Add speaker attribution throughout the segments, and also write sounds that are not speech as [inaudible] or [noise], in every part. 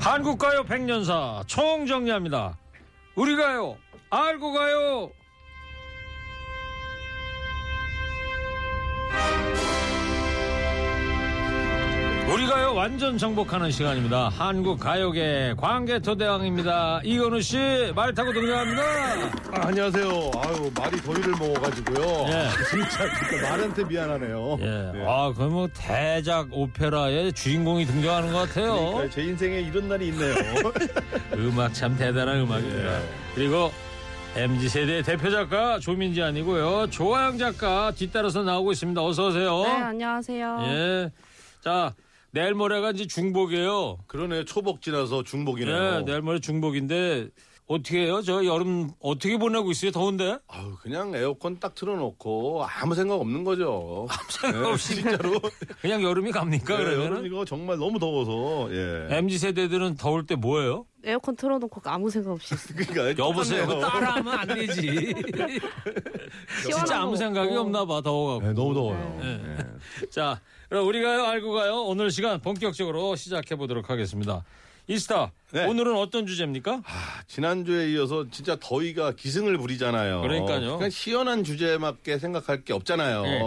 Speaker 1: 한국가요 백년사 총정리합니다 우리가요 알고 가요 우리가요 완전 정복하는 시간입니다 한국 가요계 광개토 대왕입니다 이건우 씨 말 타고 등장합니다
Speaker 2: 아, 안녕하세요. 아유 말이 더위를 먹어가지고요.
Speaker 1: 예.
Speaker 2: 진짜 진짜 말한테 미안하네요.
Speaker 1: 예.
Speaker 2: 네.
Speaker 1: 아, 그럼 뭐 대작 오페라의 주인공이 등장하는 것 같아요.
Speaker 2: 네, 제 인생에 이런
Speaker 1: [laughs]
Speaker 2: 날이 있네요.
Speaker 1: 음악 참 대단한
Speaker 2: 예.
Speaker 1: 음악입니다. 그리고 MZ 세대의 대표 작가 조민지 아니고요. 조아영 작가 뒤따라서 나오고 있습니다. 어서 오세요.
Speaker 3: 네, 안녕하세요.
Speaker 1: 예. 자, 내일 모레가 이제 중복이에요.
Speaker 2: 그러네 초복 지나서 중복이네요.
Speaker 1: 예, 내일 모레 중복인데 어떻게 해요? 저 여름 어떻게 보내고 있어요? 더운데?
Speaker 2: 아유 그냥 에어컨 딱 틀어놓고 아무 생각 없는 거죠. 아무
Speaker 1: 생각 없이
Speaker 2: 진짜로.
Speaker 1: 그냥 여름이 갑니까?
Speaker 2: 네, 여름
Speaker 1: 그러면은
Speaker 2: 이거 정말 너무 더워서 예.
Speaker 1: MZ 세대들은 더울 때 뭐예요?
Speaker 3: 에어컨 틀어놓고 그 아무 생각 없이 있어요.
Speaker 2: [laughs] 그러니까
Speaker 1: 예. 여보세요.
Speaker 2: 똑같네요.
Speaker 1: 그거 따라하면 안
Speaker 3: [laughs]
Speaker 1: 되지. 진짜
Speaker 3: 시원한
Speaker 1: 아무
Speaker 3: 거
Speaker 1: 생각이
Speaker 3: 없고.
Speaker 1: 없나 봐 더워갖고.
Speaker 2: 네, 너무 더워요.
Speaker 1: 자, 그럼 우리가요 알고 가요 오늘 시간 본격적으로 시작해 보도록 하겠습니다. 이스타
Speaker 2: 네.
Speaker 1: 오늘은 어떤 주제입니까?
Speaker 2: 아, 지난주에 이어서 진짜 더위가 기승을 부리잖아요.
Speaker 1: 그러니까요.
Speaker 2: 그냥 시원한 주제에 맞게 생각할 게 없잖아요.
Speaker 1: 네.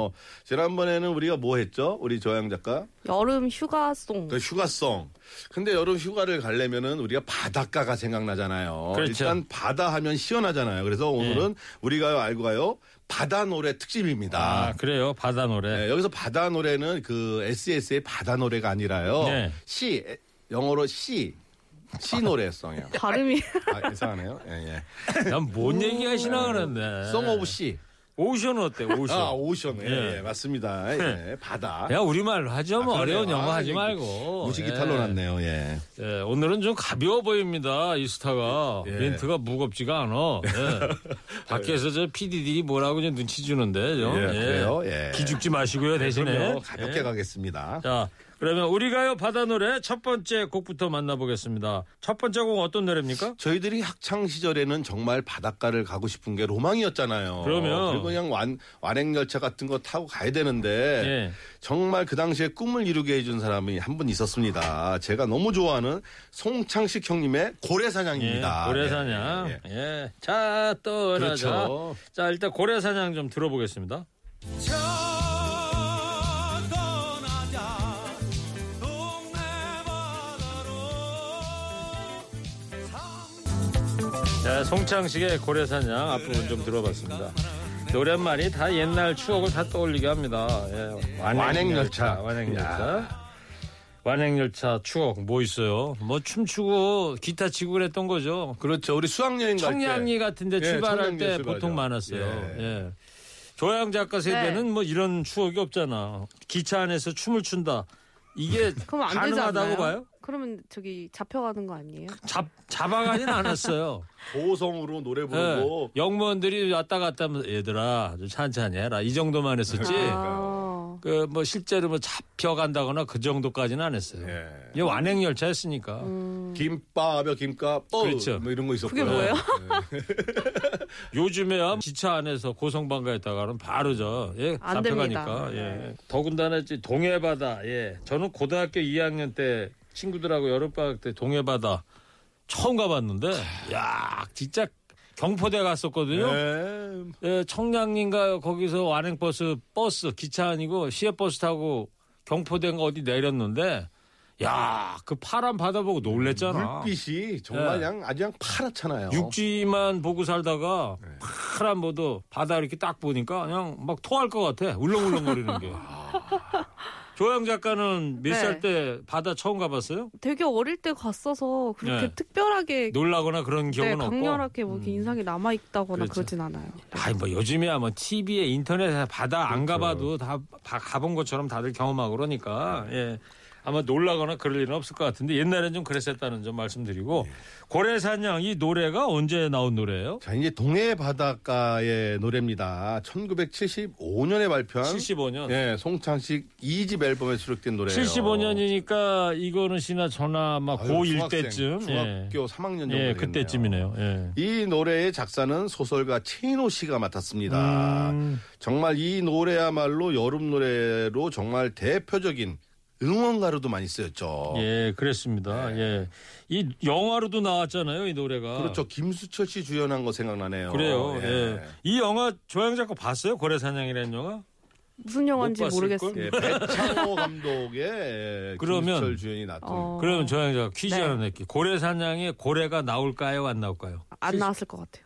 Speaker 2: 지난번에는 우리가 뭐 했죠? 우리 조양 작가?
Speaker 3: 여름 휴가송.
Speaker 2: 그 휴가성. 근데 여름 휴가를 가려면은 우리가 바닷가가 생각나잖아요.
Speaker 1: 그렇죠. 네.
Speaker 2: 일단 바다 하면 시원하잖아요. 그래서 오늘은 우리가 알고 가요 바다 노래 특집입니다.
Speaker 1: 아, 그래요 바다 노래.
Speaker 2: 네, 여기서 바다 노래는 그 SS의 바다 노래가 아니라요.
Speaker 1: 네.
Speaker 2: 시 영어로 시. 시 노래성이에요.
Speaker 3: 발음이 [laughs]
Speaker 2: 아, 이상하네요. 예,
Speaker 1: 난 뭔 얘기하시나 그랬네.
Speaker 2: 예. 성 오브 시.
Speaker 1: 오션 어때 오션?
Speaker 2: 아, 오션. 예,
Speaker 1: 예. 네.
Speaker 2: 예, 맞습니다. 예, 바다.
Speaker 1: 야 우리말로 하죠 뭐 어려운 영어 하지 말고.
Speaker 2: 아, 무지기
Speaker 1: 예.
Speaker 2: 탈로 났네요. 예.
Speaker 1: 예, 오늘은 좀 가벼워 보입니다 이스타가
Speaker 2: 예.
Speaker 1: 멘트가 무겁지가 않아. 예.
Speaker 2: [laughs]
Speaker 1: 밖에서 저 PD들이 뭐라고 이제 눈치 주는데 좀.
Speaker 2: 예, 그래요? 예. 아,
Speaker 1: 기죽지 마시고요 대신에.
Speaker 2: 그럼요. 가볍게
Speaker 1: 예.
Speaker 2: 가겠습니다.
Speaker 1: 자, 그러면 우리가요 바다 노래 첫 번째 곡부터 만나보겠습니다. 첫 번째 곡 어떤 노래입니까?
Speaker 2: 저희들이 학창 시절에는 정말 바닷가를 가고 싶은 게 로망이었잖아요.
Speaker 1: 그러면.
Speaker 2: 리고 그냥 완, 완행열차 같은 거 타고 가야 되는데
Speaker 1: 예.
Speaker 2: 정말 그 당시에 꿈을 이루게 해준 사람이 한 분 있었습니다. 제가 너무 좋아하는 송창식 형님의 고래사냥입니다.
Speaker 1: 예, 네, 고래사냥.
Speaker 2: 예, 예, 예.
Speaker 1: 예. 자, 떠나자.
Speaker 2: 그렇죠.
Speaker 1: 자, 일단 고래사냥 좀 들어보겠습니다. 자, 송창식의 고래사냥 앞부분 좀 들어봤습니다. 노랫말이 다 옛날 추억을 다 떠올리게 합니다. 예,
Speaker 2: 완행열차.
Speaker 1: 완행열차. 완행열차 추억 뭐 있어요? 뭐 춤추고 기타 치고 그랬던 거죠.
Speaker 2: 그렇죠. 우리 수학여행 갈 때.
Speaker 1: 청량리 같은데
Speaker 2: 예,
Speaker 1: 출발할
Speaker 2: 청량리에
Speaker 1: 때
Speaker 2: 출발하죠.
Speaker 1: 보통 많았어요.
Speaker 2: 예.
Speaker 1: 예. 조양 작가 세대는
Speaker 3: 네.
Speaker 1: 뭐 이런 추억이 없잖아. 기차 안에서 춤을 춘다. 이게
Speaker 3: [laughs] 그럼 안 되지
Speaker 1: 가능하다고
Speaker 3: 않나요?
Speaker 1: 봐요?
Speaker 3: 그러면 저기 잡혀가는 거 아니에요?
Speaker 1: 잡 잡아가진
Speaker 2: [laughs]
Speaker 1: 않았어요.
Speaker 2: 보성으로 노래
Speaker 1: 예.
Speaker 2: 부르고
Speaker 1: 영무원들이 왔다 갔다 하면서 얘들아 좀 천천히 해라 이 정도만 했었지.
Speaker 3: 아,
Speaker 1: 그 뭐 실제로 뭐 잡혀간다거나 그 정도까지는 안 했어요.
Speaker 2: 예.
Speaker 1: 이게 완행 열차였으니까.
Speaker 3: 음.
Speaker 2: 김밥이요 김밥 어,
Speaker 1: 그렇죠.
Speaker 2: 뭐 이런 거 있었고요.
Speaker 3: 그게 뭐예요? [laughs]
Speaker 1: 요즘에야 기차 안에서 고성방가에다가는 바로 저 예,
Speaker 3: 안
Speaker 1: 잡혀가니까 예. 더군다나 이제 동해바다 예. 저는 고등학교 2학년 때 친구들하고 여름방학 때 동해바다 처음 가봤는데 야 진짜 경포대 갔었거든요.
Speaker 2: 예.
Speaker 3: 어?
Speaker 1: 예, 청량리인가 거기서 완행버스 버스 기차 아니고 시외버스 타고 경포대인가 어디 내렸는데 야 그 파란 바다 보고 놀랬잖아.
Speaker 2: 물빛이 정말
Speaker 1: 예.
Speaker 2: 그냥 아주 그냥 파랗잖아요.
Speaker 1: 육지만 보고 살다가 파란 뭐도 바다 이렇게 딱 보니까 그냥 막 토할 것 같아 울렁울렁거리는 게. 조영 작가는
Speaker 3: 네.
Speaker 1: 몇 살 때 바다 처음 가봤어요?
Speaker 3: 되게 어릴 때 갔어서 그렇게
Speaker 1: 네.
Speaker 3: 특별하게
Speaker 1: 놀라거나 그런
Speaker 3: 네,
Speaker 1: 기억은 없고. 음.
Speaker 3: 강렬하게 뭐 이렇게 인상이 남아 있다거나
Speaker 1: 그렇죠.
Speaker 3: 그러진 않아요.
Speaker 1: 아니 뭐 요즘이야 뭐 TV에 인터넷에 바다 안 가봐도 다, 다 가본 것처럼 다들 경험하고 그러니까 예. 아마 놀라거나 그럴 일은 없을 것 같은데 옛날엔 좀 그랬었다는 점 말씀드리고 고래사냥 이 노래가 언제 나온 노래예요?
Speaker 2: 자, 이제 동해 바닷가의 노래입니다. 1975년에 발표한
Speaker 1: 75년.
Speaker 2: 예, 송창식 이집 앨범에 수록된 노래예요.
Speaker 1: 75년이니까 이거는 시나 저나 아마
Speaker 2: 네, 아유,
Speaker 1: 고1
Speaker 2: 중학생,
Speaker 1: 때쯤 예.
Speaker 2: 중학교 3학년 정도
Speaker 1: 예,
Speaker 2: 되겠네요.
Speaker 1: 그때쯤이네요. 예.
Speaker 2: 이 노래의 작사는 소설가 최인호 씨가 맡았습니다.
Speaker 1: 음.
Speaker 2: 정말 이 노래야말로 여름 노래로 정말 대표적인 응원가로도 많이 쓰였죠.
Speaker 1: 예, 그랬습니다. 예. 이 영화로도 나왔잖아요, 이 노래가.
Speaker 2: 네. 그렇죠. 김수철 씨 주연한 거 생각나네요.
Speaker 1: 그래요.
Speaker 2: 예.
Speaker 1: 예. 이 영화 조양 작가 봤어요? 고래사냥이라는 영화?
Speaker 3: 무슨 영화인지
Speaker 1: 못 봤을걸?
Speaker 3: 모르겠어요.
Speaker 2: 예, 배창호 감독의
Speaker 1: 그러면-
Speaker 2: 김수철 주연이 나왔던
Speaker 3: 어,
Speaker 1: 그러면 조양 작가 퀴즈
Speaker 3: 네.
Speaker 1: 하나 낼게요. 고래사냥에 고래가 나올까요, 안 나올까요?
Speaker 3: 안 나왔을 것 같아요.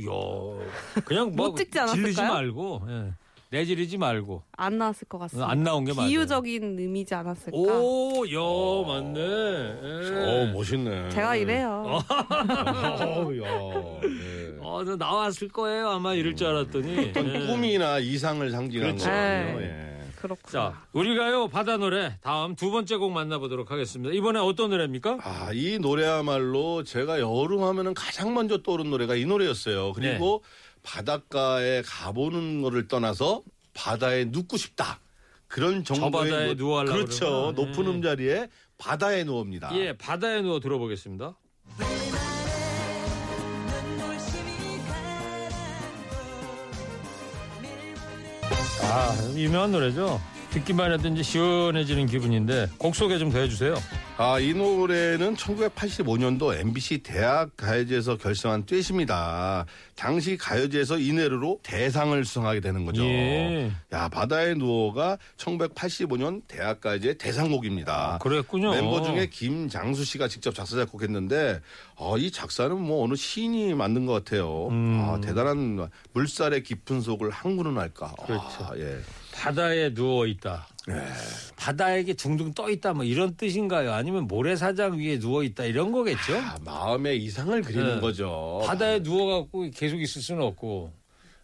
Speaker 1: 야, 그냥
Speaker 3: 못
Speaker 1: 뭐
Speaker 3: 찍지 않았을까요?
Speaker 1: 질리지 말고 예. 내지르지 말고
Speaker 3: 안 나왔을 것 같습니다.
Speaker 1: 안 나온 게 맞아요.
Speaker 3: 비유적인 의미지 않았을까?
Speaker 1: 오, 야, 맞네. 예.
Speaker 2: 어, 멋있네.
Speaker 3: 제가 이래요.
Speaker 2: 어우, 야. 예.
Speaker 1: 어, 너 나왔을 거예요. 아마 이럴 줄 알았더니.
Speaker 2: 음. 어떤
Speaker 1: 예.
Speaker 2: 꿈이나 이상을 상징하는
Speaker 1: 그렇죠.
Speaker 2: 거예요.
Speaker 3: 네.
Speaker 2: 예.
Speaker 3: 그렇구나.
Speaker 1: 자, 우리가요 바다 노래 다음 두 번째 곡 만나보도록 하겠습니다. 이번에 어떤 노래입니까?
Speaker 2: 아, 이 노래야말로 제가 여름 하면은 가장 먼저 떠오른 노래가 이 노래였어요. 그리고
Speaker 1: 네.
Speaker 2: 바닷가에 가보는 거를 떠나서 바다에 눕고 싶다. 그런 정도의
Speaker 1: 바다에
Speaker 2: 노-
Speaker 1: 누워하려고
Speaker 2: 그렇죠.
Speaker 1: 그러구나.
Speaker 2: 높은
Speaker 1: 예.
Speaker 2: 음자리에 바다에 누웁니다.
Speaker 1: 예, 바다에 누워 들어보겠습니다. 아, 유명한 노래죠. 듣기만 해도 이제 시원해지는 기분인데 곡 소개 좀 더 해주세요.
Speaker 2: 아, 이 노래는 1985년도 MBC 대학 가요제에서 결성한 듀엣입니다. 당시 가요제에서 이내로 대상을 수상하게 되는 거죠.
Speaker 1: 예.
Speaker 2: 야, 바다의 누워가 1985년 대학 가요제 대상곡입니다.
Speaker 1: 아, 그랬군요.
Speaker 2: 멤버 중에 김장수 씨가 직접 작사 작곡했는데 어, 이 작사는 뭐 어느 시인이 만든 것 같아요.
Speaker 1: 음.
Speaker 2: 아, 대단한 물살의 깊은 속을 항구는 할까. 그렇죠. 예.
Speaker 1: 바다에 누워 있다.
Speaker 2: 네.
Speaker 1: 바다에게 둥둥 떠 있다 뭐 이런 뜻인가요? 아니면 모래사장 위에 누워 있다 이런 거겠죠?
Speaker 2: 아, 뭐 마음의 이상을 그리는
Speaker 1: 네.
Speaker 2: 거죠.
Speaker 1: 바다에 누워갖고 계속 있을 수는 없고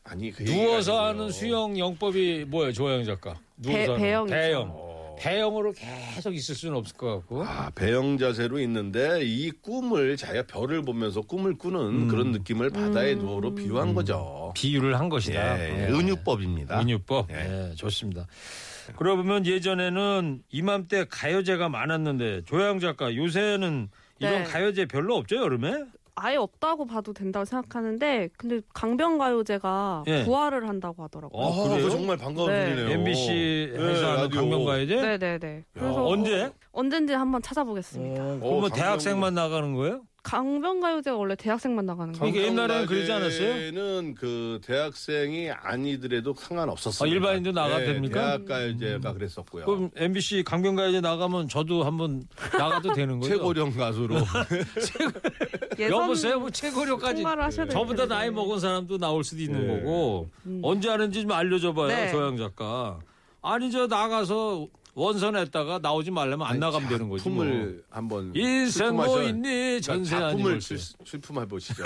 Speaker 2: 아니 그 얘기가
Speaker 1: 누워서
Speaker 2: 아니고요.
Speaker 1: 하는 수영 영법이 뭐예요, 조영 작가? 누워서 하는
Speaker 3: 배영이죠.
Speaker 1: 배영. 배영으로 계속 있을 수는 없을 것 같고.
Speaker 2: 어. 아, 배영 자세로 있는데 이 꿈을 자기가 별을 보면서 꿈을 꾸는 그런 느낌을 바다의 누워로 비유한 거죠.
Speaker 1: 비유를 한 것이다.
Speaker 2: 음. 예, 예. 은유법입니다.
Speaker 1: 은유법.
Speaker 2: 예.
Speaker 1: 예, 좋습니다. 그러고 보면 예전에는 이맘때 가요제가 많았는데 조영 작가 요새는 이런
Speaker 3: 네.
Speaker 1: 가요제 별로 없죠 여름에?
Speaker 3: 아예 없다고 봐도 된다고 생각하는데 근데 강변가요제가
Speaker 1: 예.
Speaker 3: 부활을 한다고 하더라고요.
Speaker 1: 어, 그래요?
Speaker 2: 아, 그거 정말 반가운
Speaker 3: 네.
Speaker 2: 일이네요.
Speaker 1: MBC 회사 하는
Speaker 2: 라디오.
Speaker 1: 강명가요제? 아,
Speaker 3: 네네네. 그래서 어,
Speaker 1: 언제?
Speaker 3: 언젠지 한번 찾아보겠습니다.
Speaker 1: 그러면
Speaker 2: 어,
Speaker 1: 대학생만 나가는 거예요?
Speaker 3: 강변가요제가 원래 대학생만 나가는 거예요.
Speaker 1: 이게 옛날에는 그러지 않았어요?
Speaker 2: 는그 대학생이 아니더라도 상관없었어요.
Speaker 1: 아, 일반인도 나가도 됩니까? 음.
Speaker 2: 대학가요제가 그랬었고요.
Speaker 1: 그럼 MBC 강변가요제 나가면 저도 한번 나가도 되는 거예요?
Speaker 2: 최고령 가수로
Speaker 3: 예선
Speaker 1: 여보세요, 뭐 최고료까지
Speaker 3: 통과를 하셔야 될
Speaker 1: 저보다
Speaker 3: 텐데.
Speaker 1: 나이 먹은 사람도 나올 수도 있는
Speaker 2: 네.
Speaker 1: 거고 언제 하는지 좀 알려줘봐요,
Speaker 3: 음. 네.
Speaker 1: 조양 작가. 아니 저 나가서 원선했다가 나오지 말라면 [laughs] 안 나가면 되는 거지. 뭐.
Speaker 2: 품을 한번
Speaker 1: 인생 뭐
Speaker 2: 출품하셔야-
Speaker 1: 있니 전세 아니
Speaker 2: 작품을
Speaker 1: 걸세.
Speaker 2: 출- 출품해 보시죠.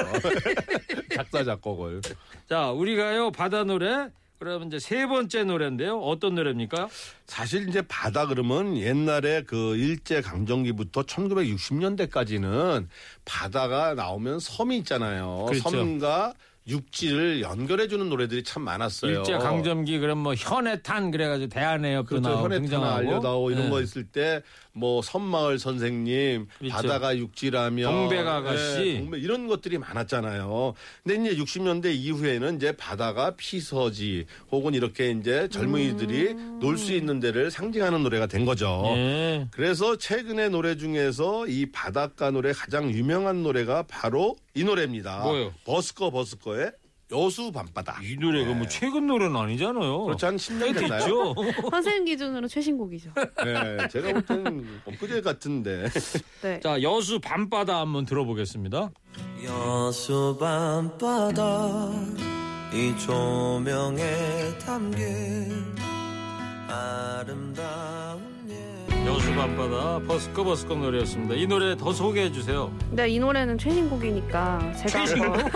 Speaker 2: [laughs] 작사 작곡을.
Speaker 1: 자 우리가요 바다 노래. 그러면 이제 세 번째 노래인데요. 어떤 노래입니까?
Speaker 2: 사실 이제 바다 그러면 옛날에 그 일제 강점기부터 1960년대까지는 바다가 나오면 섬이 있잖아요.
Speaker 1: 그렇죠.
Speaker 2: 섬과 육지를 연결해 주는 노래들이 참 많았어요.
Speaker 1: 일제 강점기 그럼 뭐 현해탄 그래가지고 대한해협도
Speaker 2: 그렇죠.
Speaker 1: 나오고
Speaker 2: 현해타나
Speaker 1: 등장하고
Speaker 2: 알려다오 이런
Speaker 1: 예.
Speaker 2: 거 있을 때 뭐 섬마을 선생님,
Speaker 1: 그렇죠.
Speaker 2: 바다가 육지라며
Speaker 1: 동백 아가씨.
Speaker 2: 예, 동백 이런 것들이 많았잖아요. 근데 이제 60년대 이후에는 이제 바다가 피서지 혹은 이렇게 이제 젊은이들이 놀 수 있는 데를 상징하는 노래가 된 거죠.
Speaker 1: 예.
Speaker 2: 그래서 최근의 노래 중에서 이 바닷가 노래 가장 유명한 노래가 바로 이 노래입니다.
Speaker 1: 뭐예요?
Speaker 2: 버스커 버스커의 여수 밤바다. 네.
Speaker 1: 이 노래가 뭐 최근 노래는 아니잖아요.
Speaker 2: 그렇지 한 10년 됐나요?
Speaker 1: 됐죠.
Speaker 3: [laughs] 선생님
Speaker 1: [laughs]
Speaker 3: 기준으로 최신곡이죠.
Speaker 2: 네, 제가 볼 때는 엊그제 같은데.
Speaker 3: 네.
Speaker 1: 자 여수 밤바다 한번 들어보겠습니다.
Speaker 4: 여수 밤바다 이 조명에 담긴 아름다운 예
Speaker 1: 여수 밤바다 버스커 버스커 노래였습니다. 이 노래 더 소개해 주세요.
Speaker 3: 네, 이 노래는 최신곡이니까 제가
Speaker 1: [laughs]
Speaker 3: 한번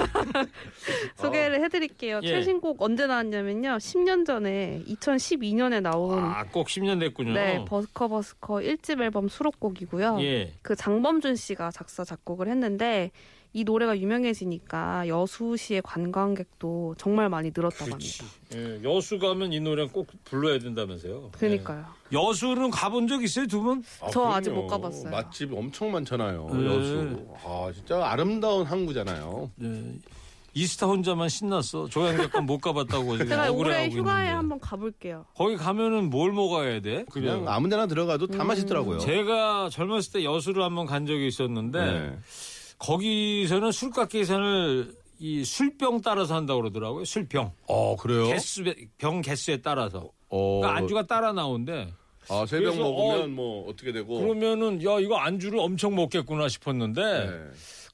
Speaker 3: [laughs] 소개를 해드릴게요.
Speaker 1: 어. 예.
Speaker 3: 최신곡 언제 나왔냐면요. 10년 전에 2012년에 나온
Speaker 1: 아꼭 10년 됐군요.
Speaker 3: 음. 네, 버스커 버스커 1집 앨범 수록곡이고요.
Speaker 1: 어. 예.
Speaker 3: 그 장범준 씨가 작사 작곡을 했는데 이 노래가 유명해지니까 여수시의 관광객도 정말 많이 늘었다고 합니다.
Speaker 1: 예, 여수 가면 이 노래는 꼭 불러야 된다면서요.
Speaker 3: 그러니까요.
Speaker 2: 네.
Speaker 1: 예. 여수는 가본 적 있어요, 두 분?
Speaker 3: [laughs] 저
Speaker 2: 그럼요.
Speaker 3: 아직 못 가봤어요.
Speaker 2: 맛집 엄청 많잖아요.
Speaker 1: 네.
Speaker 2: 여수. 아 진짜 아름다운 항구잖아요.
Speaker 1: 예. 이스타 혼자만 신났어. 조양작관 못 가봤다고 지금
Speaker 3: [laughs] 제가 올해
Speaker 1: 억울해하고
Speaker 3: 휴가에
Speaker 1: 있는데.
Speaker 3: 한번 가볼게요.
Speaker 1: 거기 가면은 뭘 먹어야 돼?
Speaker 2: 그냥 아무데나 들어가도 다 맛있더라고요.
Speaker 1: 음, 제가 젊었을 때 여수를 한번 간 적이 있었는데
Speaker 2: 네.
Speaker 1: 거기서는 술값 계산을 이 술병 따라서 한다고 그러더라고요. 술병.
Speaker 2: 어 그래요?
Speaker 1: 개수 병 개수에 따라서.
Speaker 2: 어,
Speaker 1: 그러니까 안주가 따라 나오는데
Speaker 2: 아 새벽
Speaker 1: 그래서,
Speaker 2: 먹으면
Speaker 1: 어,
Speaker 2: 뭐 어떻게 되고.
Speaker 1: 그러면은 야 이거 안주를 엄청 먹겠구나 싶었는데
Speaker 2: 네.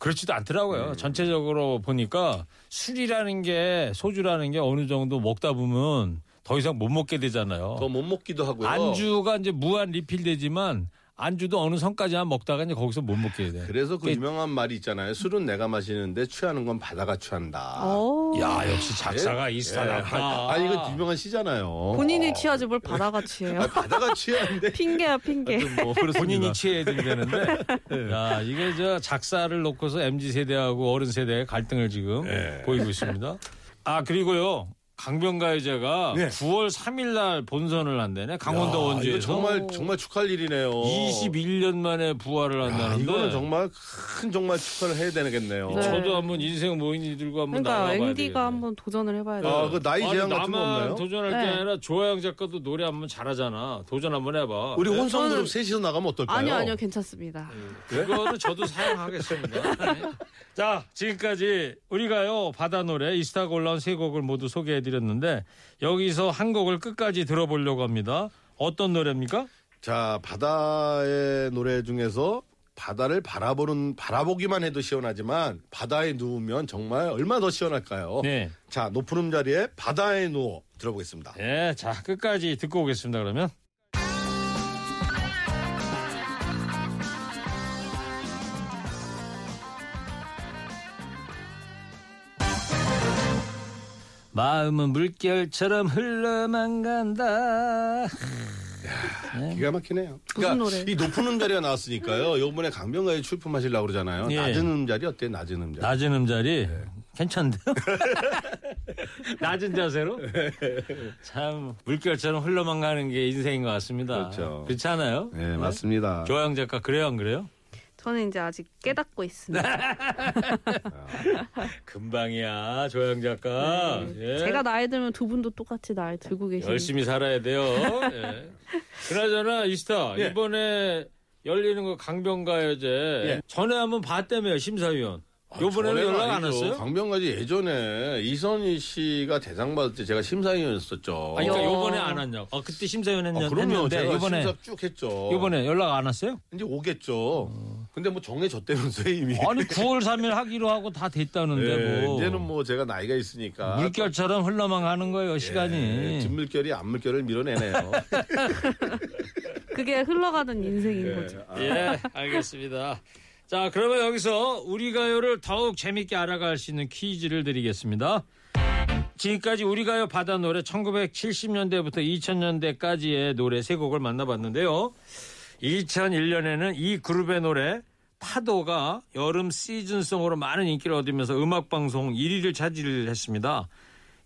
Speaker 1: 그렇지도 않더라고요. 전체적으로 보니까 술이라는 게 소주라는 게 어느 정도 먹다 보면 더 이상 못 먹게 되잖아요.
Speaker 2: 더 못 먹기도 하고요.
Speaker 1: 안주가 이제 무한 리필되지만 안주도 어느 선까지만 먹다가 이제 거기서 못 먹게 돼.
Speaker 2: 그래서 그
Speaker 1: 예.
Speaker 2: 유명한 말이 있잖아요. 술은 내가 마시는데 취하는 건 바다가 취한다.
Speaker 3: 어.
Speaker 1: 야 아, 역시 작사가
Speaker 2: 예.
Speaker 1: 이스타다.
Speaker 2: 아, 이거 유명한 시잖아요.
Speaker 3: 본인이 취하지 뭘 바다같이 해요.
Speaker 2: 아, 바다가 취하는데.
Speaker 3: [laughs] 핑계야
Speaker 1: 아,
Speaker 3: 핑계.
Speaker 2: 뭐 그렇습니다. 예.
Speaker 1: 본인이 취해야 되는데,
Speaker 2: [laughs]
Speaker 1: 야 이게 저 작사를 놓고서 mz 세대하고 어른 세대의 갈등을 지금
Speaker 2: 예.
Speaker 1: 보이고 있습니다. 아 그리고요 강변가요제가 9월 3일날 본선을 한대네 강원도
Speaker 2: 아, 예. 이거
Speaker 1: 원주에서 어.
Speaker 2: 정말 정말 축할 일이네요.
Speaker 1: 21년 만에 부활을
Speaker 2: 아,
Speaker 1: 한다는데. 어.
Speaker 2: 이거는 정말 큰 정말 축하를 해야 되겠네요.
Speaker 3: 네.
Speaker 1: 저도 한번 인생 모인이들과 한번
Speaker 3: 그러니까
Speaker 1: 나가봐야
Speaker 3: 앵디가 한번 도전을 해봐야 돼요.
Speaker 2: 아, 그 나이 제한 같은 거 없나요?
Speaker 1: 도전할 게
Speaker 3: 네.
Speaker 1: 아니라 조하영 작가도 노래 한번 잘하잖아. 도전 한번 해봐.
Speaker 2: 우리 혼성
Speaker 3: 네. 저는-
Speaker 2: 그룹 셋이서 나가면 어떨까요?
Speaker 3: 아니요 아니요 괜찮습니다.
Speaker 2: 네.
Speaker 1: 그거는 저도 사용하겠습니다. 네. 자, 지금까지 우리가요, 바다 노래, 이스타가 올라온 세 곡을 모두 소개해드렸는데, 여기서 한 곡을 끝까지 들어보려고 합니다. 어떤 노래입니까?
Speaker 2: 자, 바다의 노래 중에서 바다를 바라보는 바라보기만 해도 시원하지만 바다에 누우면 정말 얼마나 더 시원할까요?
Speaker 1: 네.
Speaker 2: 자, 높은 음자리에 바다에 누워 들어보겠습니다.
Speaker 1: 네, 자, 끝까지 듣고 오겠습니다, 그러면. 마음은 물결처럼 흘러만 간다.
Speaker 2: 기가 막히네요.
Speaker 3: 무슨 노래?
Speaker 2: 그러니까 이 높은
Speaker 1: [laughs]
Speaker 2: 음자리가 나왔으니까요. 요번에 강변가에 출품하시려고 그러잖아요.
Speaker 1: 예.
Speaker 2: 낮은 음자리 어때요? 낮은 음자리.
Speaker 1: 낮은 음자리 괜찮은데요? [laughs] 낮은 자세로? 참 물결처럼 흘러만 가는 게 인생인 것 같습니다.
Speaker 2: 그렇죠.
Speaker 1: 그렇지 않아요?
Speaker 2: 네, 맞습니다.
Speaker 1: 조양 작가 그래요 안 그래요?
Speaker 3: 저는 이제 아직 깨닫고 있습니다.
Speaker 1: 금방이야 조양 작가.
Speaker 2: 네.
Speaker 1: 예.
Speaker 3: 제가 나이 들면 두 분도 똑같이 나이 들고 계시는.
Speaker 1: 열심히 살아야
Speaker 2: [laughs]
Speaker 1: 돼요. 예. 그나저나 이스타
Speaker 2: 예.
Speaker 1: 이번에 열리는 거 강변가요제 전에 한번 봤다며요 심사위원.
Speaker 2: 예. 아, 전에는
Speaker 1: 요번에는 연락 안
Speaker 2: 아니죠.
Speaker 1: 왔어요?
Speaker 2: 강변가지 예전에 이선희 씨가 대상 받을 때 제가 심사위원이었었죠.
Speaker 1: 아니, 그러니까
Speaker 3: 어.
Speaker 1: 요번에 안 왔냐고. 아, 그때 심사위원 했냐,
Speaker 2: 아, 그럼요.
Speaker 1: 했는데
Speaker 2: 제가
Speaker 1: 이번에
Speaker 2: 심사 쭉 했죠.
Speaker 1: 이번에 연락 안 왔어요?
Speaker 2: 이제 오겠죠. 근데 뭐 정해졌다면서요 [laughs] 이미.
Speaker 1: 아니 9월 3일 하기로 하고 다 됐다는데
Speaker 2: 예,
Speaker 1: 뭐
Speaker 2: 이제는 뭐 제가 나이가 있으니까
Speaker 1: 물결처럼 흘러만 가는 거예요
Speaker 2: 예,
Speaker 1: 시간이.
Speaker 2: 진물결이 앞물결을 밀어내네요.
Speaker 3: 그게 흘러가는 인생인 거죠.
Speaker 1: 예, 알겠습니다. 자, 그러면 여기서 우리 가요를 더욱 재밌게 알아갈 수 있는 퀴즈를 드리겠습니다. 지금까지 우리 가요 바다 노래 1970년대부터 2000년대까지의 노래 세 곡을 만나봤는데요. 2001년에는 이 그룹의 노래 파도가 여름 시즌송으로 많은 인기를 얻으면서 음악방송 1위를 차지했습니다.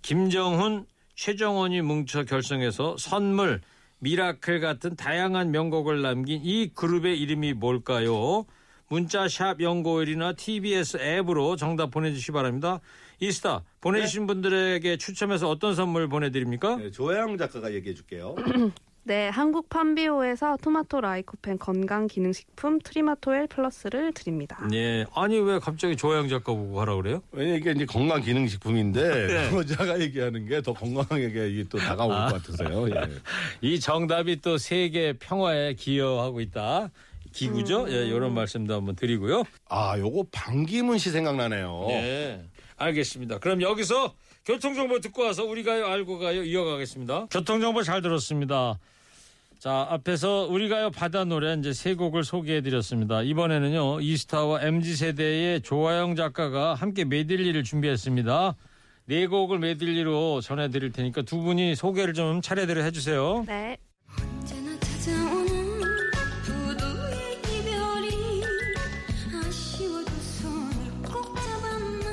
Speaker 1: 김정훈, 최정원이 뭉쳐 결성해서 선물, 미라클 같은 다양한 명곡을 남긴 이 그룹의 이름이 뭘까요? 문자 샵 연고일이나 TBS 앱으로 정답 보내주시기 바랍니다. 이스타 보내주신 분들에게 추첨해서 어떤 선물 보내드립니까?
Speaker 2: 네, 조혜영 작가가 얘기해 줄게요.
Speaker 3: 네, 한국 판비오에서 토마토 라이코펜 건강 기능식품 트리마토엘 플러스를 드립니다.
Speaker 1: 네. 아니 왜 갑자기 조영 작가 보고 하라 그래요?
Speaker 2: 왜냐 이게 이제 건강 기능
Speaker 1: [laughs] 네.
Speaker 2: 식품인데 여자가 얘기하는 게 더 건강하게 이게 또 다가올 것 같아서요. 예.
Speaker 1: 이 정답이 또 세계 평화에 기여하고 있다. 기구죠? 예, 이런 말씀도 한번 드리고요.
Speaker 2: 아, 요거 방기문 씨 생각나네요.
Speaker 1: 네. 알겠습니다. 그럼 여기서 교통정보 듣고 와서 우리가요 알고 가요 이어가겠습니다. 교통정보 잘 들었습니다. 자 앞에서 우리가요 바다 노래 이제 세 곡을 소개해드렸습니다. 이번에는요 이스타와 mz 세대의 조화영 작가가 함께 메들리를 준비했습니다. 네 곡을 메들리로 전해드릴 테니까 두 분이 소개를 좀 차례대로 해주세요.
Speaker 3: 네.
Speaker 5: 언제나 찾아오는 부두의 이별이 아쉬워도 손을 꼭 잡았나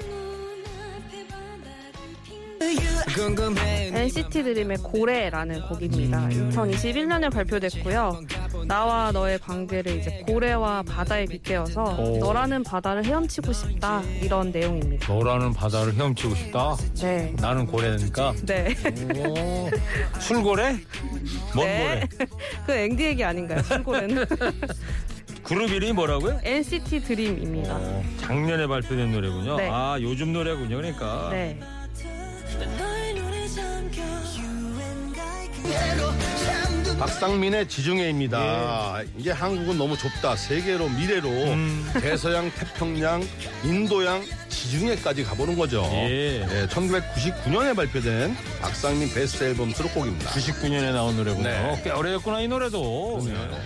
Speaker 5: 눈앞에 바다를 핀
Speaker 3: 네, NCT 드림의 고래라는 곡입니다. 2021년에 발표됐고요. 나와 너의 관계를 이제 고래와 바다에 빗대어서
Speaker 1: 오.
Speaker 3: 너라는 바다를 헤엄치고 싶다 이런 내용입니다.
Speaker 1: 너라는 바다를 헤엄치고 싶다.
Speaker 3: 네.
Speaker 1: 나는 고래니까.
Speaker 3: 네. [laughs]
Speaker 1: 오, 술고래? 뭔
Speaker 3: 네. 그 앵디 얘기 아닌가요? 술고래는 [laughs]
Speaker 1: 고래? 그룹 이름이 뭐라고요?
Speaker 3: NCT 드림입니다.
Speaker 1: 어, 작년에 발표된 노래군요.
Speaker 3: 그러니까. 네.
Speaker 1: 아 요즘 노래군요. 그러니까
Speaker 3: 네.
Speaker 5: 너의 노래 잠겨 유엔 가이드
Speaker 2: 박상민의
Speaker 1: 네.
Speaker 2: 지중해입니다. 이게 한국은 너무 좁다. 세계로 미래로
Speaker 1: 음.
Speaker 2: 대서양, 태평양, 인도양, 지중해까지 가보는 거죠.
Speaker 1: 예.
Speaker 2: 1999년에 발표된 박상민 베스트 앨범 수록곡입니다.
Speaker 1: 99년에 나온 노래군요.
Speaker 2: 네.
Speaker 1: 꽤 오래됐구나 이 노래도.
Speaker 2: 그러네요.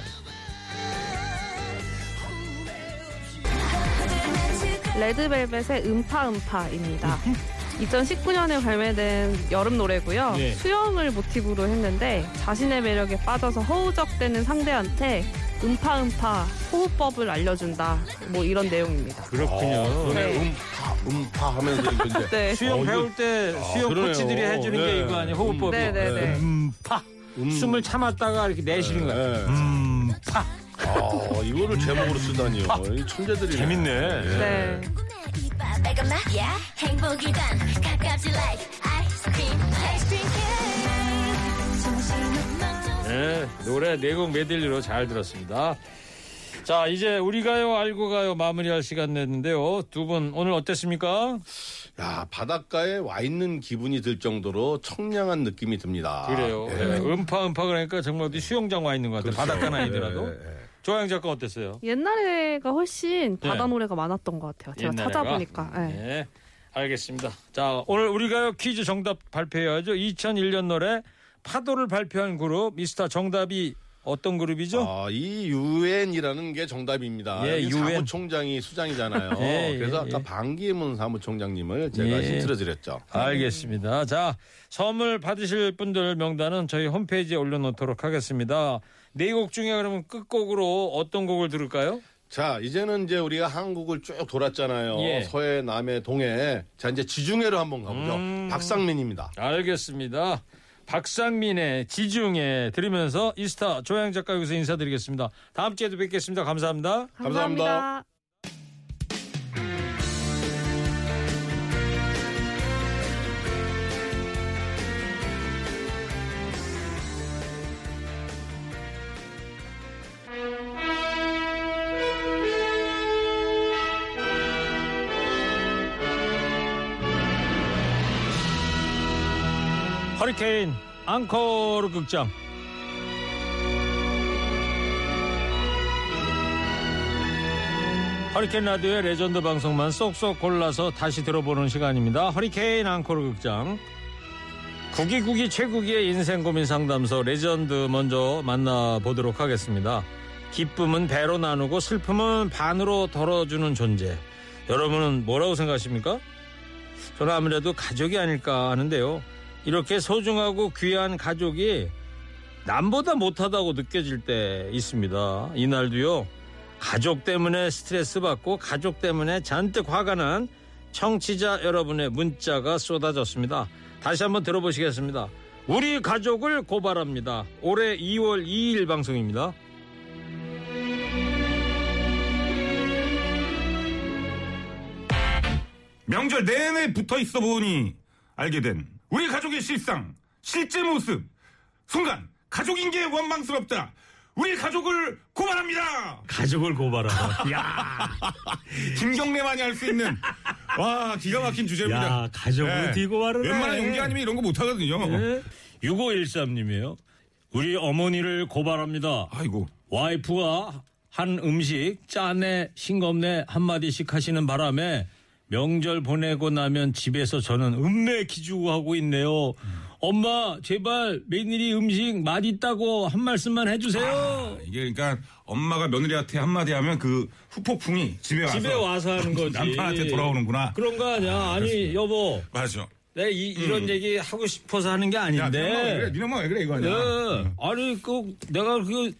Speaker 3: 레드벨벳의 음파 음파입니다. 2019년에 발매된 여름 노래고요.
Speaker 1: 네.
Speaker 3: 수영을 모티브로 했는데 자신의 매력에 빠져서 허우적대는 상대한테 음파 음파 호흡법을 알려준다. 뭐 이런 내용입니다.
Speaker 1: 그렇군요.
Speaker 2: 아,
Speaker 3: 네.
Speaker 2: 그러네. 음파, 음파 하면서 이제
Speaker 1: [laughs]
Speaker 3: 네.
Speaker 1: 수영
Speaker 2: 어, 이거-
Speaker 1: 배울 때 수영
Speaker 2: 그러네요.
Speaker 1: 코치들이 해주는 게
Speaker 2: 네.
Speaker 1: 이거 아니에요? 호흡법이.
Speaker 3: 네, 네, 네.
Speaker 1: 음파. 숨을 참았다가 이렇게 내쉬는 거예요.
Speaker 2: 네.
Speaker 1: 음파.
Speaker 2: 아, 이거를 제목으로 쓰다니요. 이 천재들이
Speaker 1: 재밌네.
Speaker 3: 네.
Speaker 5: 궁금해 이봐 매콤한 야 행복이 단 가깝지 like 아이스크림 아이스크림 케이크 정신은 막
Speaker 1: 네, 노래 네곡 메들리로 잘 들었습니다. 자, 이제 우리가요 알고 가요 마무리할 시간 냈는데요. 두 분 오늘 어땠습니까?
Speaker 2: 야, 바닷가에 와 있는 기분이 들 정도로 청량한 느낌이 듭니다.
Speaker 1: 그래요.
Speaker 2: 예. 그렇죠.
Speaker 1: 예, 음파 음파 그러니까 정말 어디 수영장 와 있는 것 같아요. 바닷가는 아니더라도.
Speaker 2: 예, 예.
Speaker 1: 조양 작가 어땠어요?
Speaker 3: 옛날에가 훨씬 바다
Speaker 1: 네.
Speaker 3: 노래가 많았던 것 같아요. 제가
Speaker 1: 옛날에가?
Speaker 3: 찾아보니까. 네.
Speaker 1: 네, 알겠습니다. 자, 오늘 우리가요 퀴즈 정답 발표해야죠. 2001년 노래 파도를 발표한 그룹 미스터 정답이 어떤 그룹이죠?
Speaker 2: 아, 이 유엔이라는 게 정답입니다.
Speaker 1: 예,
Speaker 2: 여기
Speaker 1: UN.
Speaker 2: 사무총장이 수장이잖아요.
Speaker 1: [laughs] 예, 예,
Speaker 2: 그래서 아까
Speaker 1: 예.
Speaker 2: 방기문 사무총장님을 제가
Speaker 1: 예.
Speaker 2: 힌트를 드렸죠.
Speaker 1: 알겠습니다. 자, 선물 받으실 분들 명단은 저희 홈페이지에 올려놓도록 하겠습니다. 네 곡 중에 그러면 끝곡으로 어떤 곡을 들을까요?
Speaker 2: 자, 이제는 이제 우리가 한국을 쭉 돌았잖아요.
Speaker 1: 예.
Speaker 2: 서해, 남해, 동해. 자, 이제 지중해로 한번 가보죠.
Speaker 1: 음.
Speaker 2: 박상민입니다.
Speaker 1: 알겠습니다. 박상민의 지중해 들으면서 이스타 조양 작가 여기서 인사드리겠습니다. 다음 주에도 뵙겠습니다. 감사합니다.
Speaker 2: 감사합니다.
Speaker 3: 감사합니다.
Speaker 1: 허리케인 앙코르 극장 허리케인 라디오의 레전드 방송만 쏙쏙 골라서 다시 들어보는 시간입니다. 허리케인 앙코르 극장 구기구기 최구기의 인생 고민 상담소 레전드 먼저 만나보도록 하겠습니다. 기쁨은 배로 나누고 슬픔은 반으로 덜어주는 존재. 여러분은 뭐라고 생각하십니까? 저는 아무래도 가족이 아닐까 하는데요. 이렇게 소중하고 귀한 가족이 남보다 못하다고 느껴질 때 있습니다. 이날도요, 가족 때문에 스트레스 받고 가족 때문에 잔뜩 화가 난 청취자 여러분의 문자가 쏟아졌습니다. 다시 한번 들어보시겠습니다. 우리 가족을 고발합니다. 올해 2월 2일 방송입니다.
Speaker 6: 명절 내내 붙어 있어 보니 알게 된 우리 가족의 실상, 실제 모습. 순간 가족인 게 원망스럽다. 우리 가족을 고발합니다.
Speaker 1: 가족을 [laughs] 고발하라.
Speaker 6: 김경래만이 할 수 있는 와 기가 막힌 주제입니다.
Speaker 1: 가족을
Speaker 6: 예. 웬만한 연기 아니면 이런 거 못 하거든요.
Speaker 1: 6513님이에요. 우리 어머니를 고발합니다.
Speaker 6: 아이고
Speaker 1: 와이프가 한 음식 짜네 싱겁네 한마디씩 하시는 바람에 명절 보내고 나면 집에서 저는 음매 기주하고 있네요. 엄마 제발 며느리 음식 맛있다고 한 말씀만 해주세요.
Speaker 6: 이게 그러니까 엄마가 며느리한테 한마디 하면 그 후폭풍이 집에 와서
Speaker 1: 집에 와서 하는 거지.
Speaker 6: 남편한테 돌아오는구나.
Speaker 1: 그런 거 아니야. 아, 니 여보
Speaker 6: 맞아.
Speaker 1: 내가 이, 이런 얘기 하고 싶어서 하는 게
Speaker 6: 음. 야,
Speaker 1: 아닌데.
Speaker 6: 니네 엄마 왜 그래? 니네 엄마 왜 그래 이거 아니야? 음.
Speaker 1: 예. 아니 그 내가 그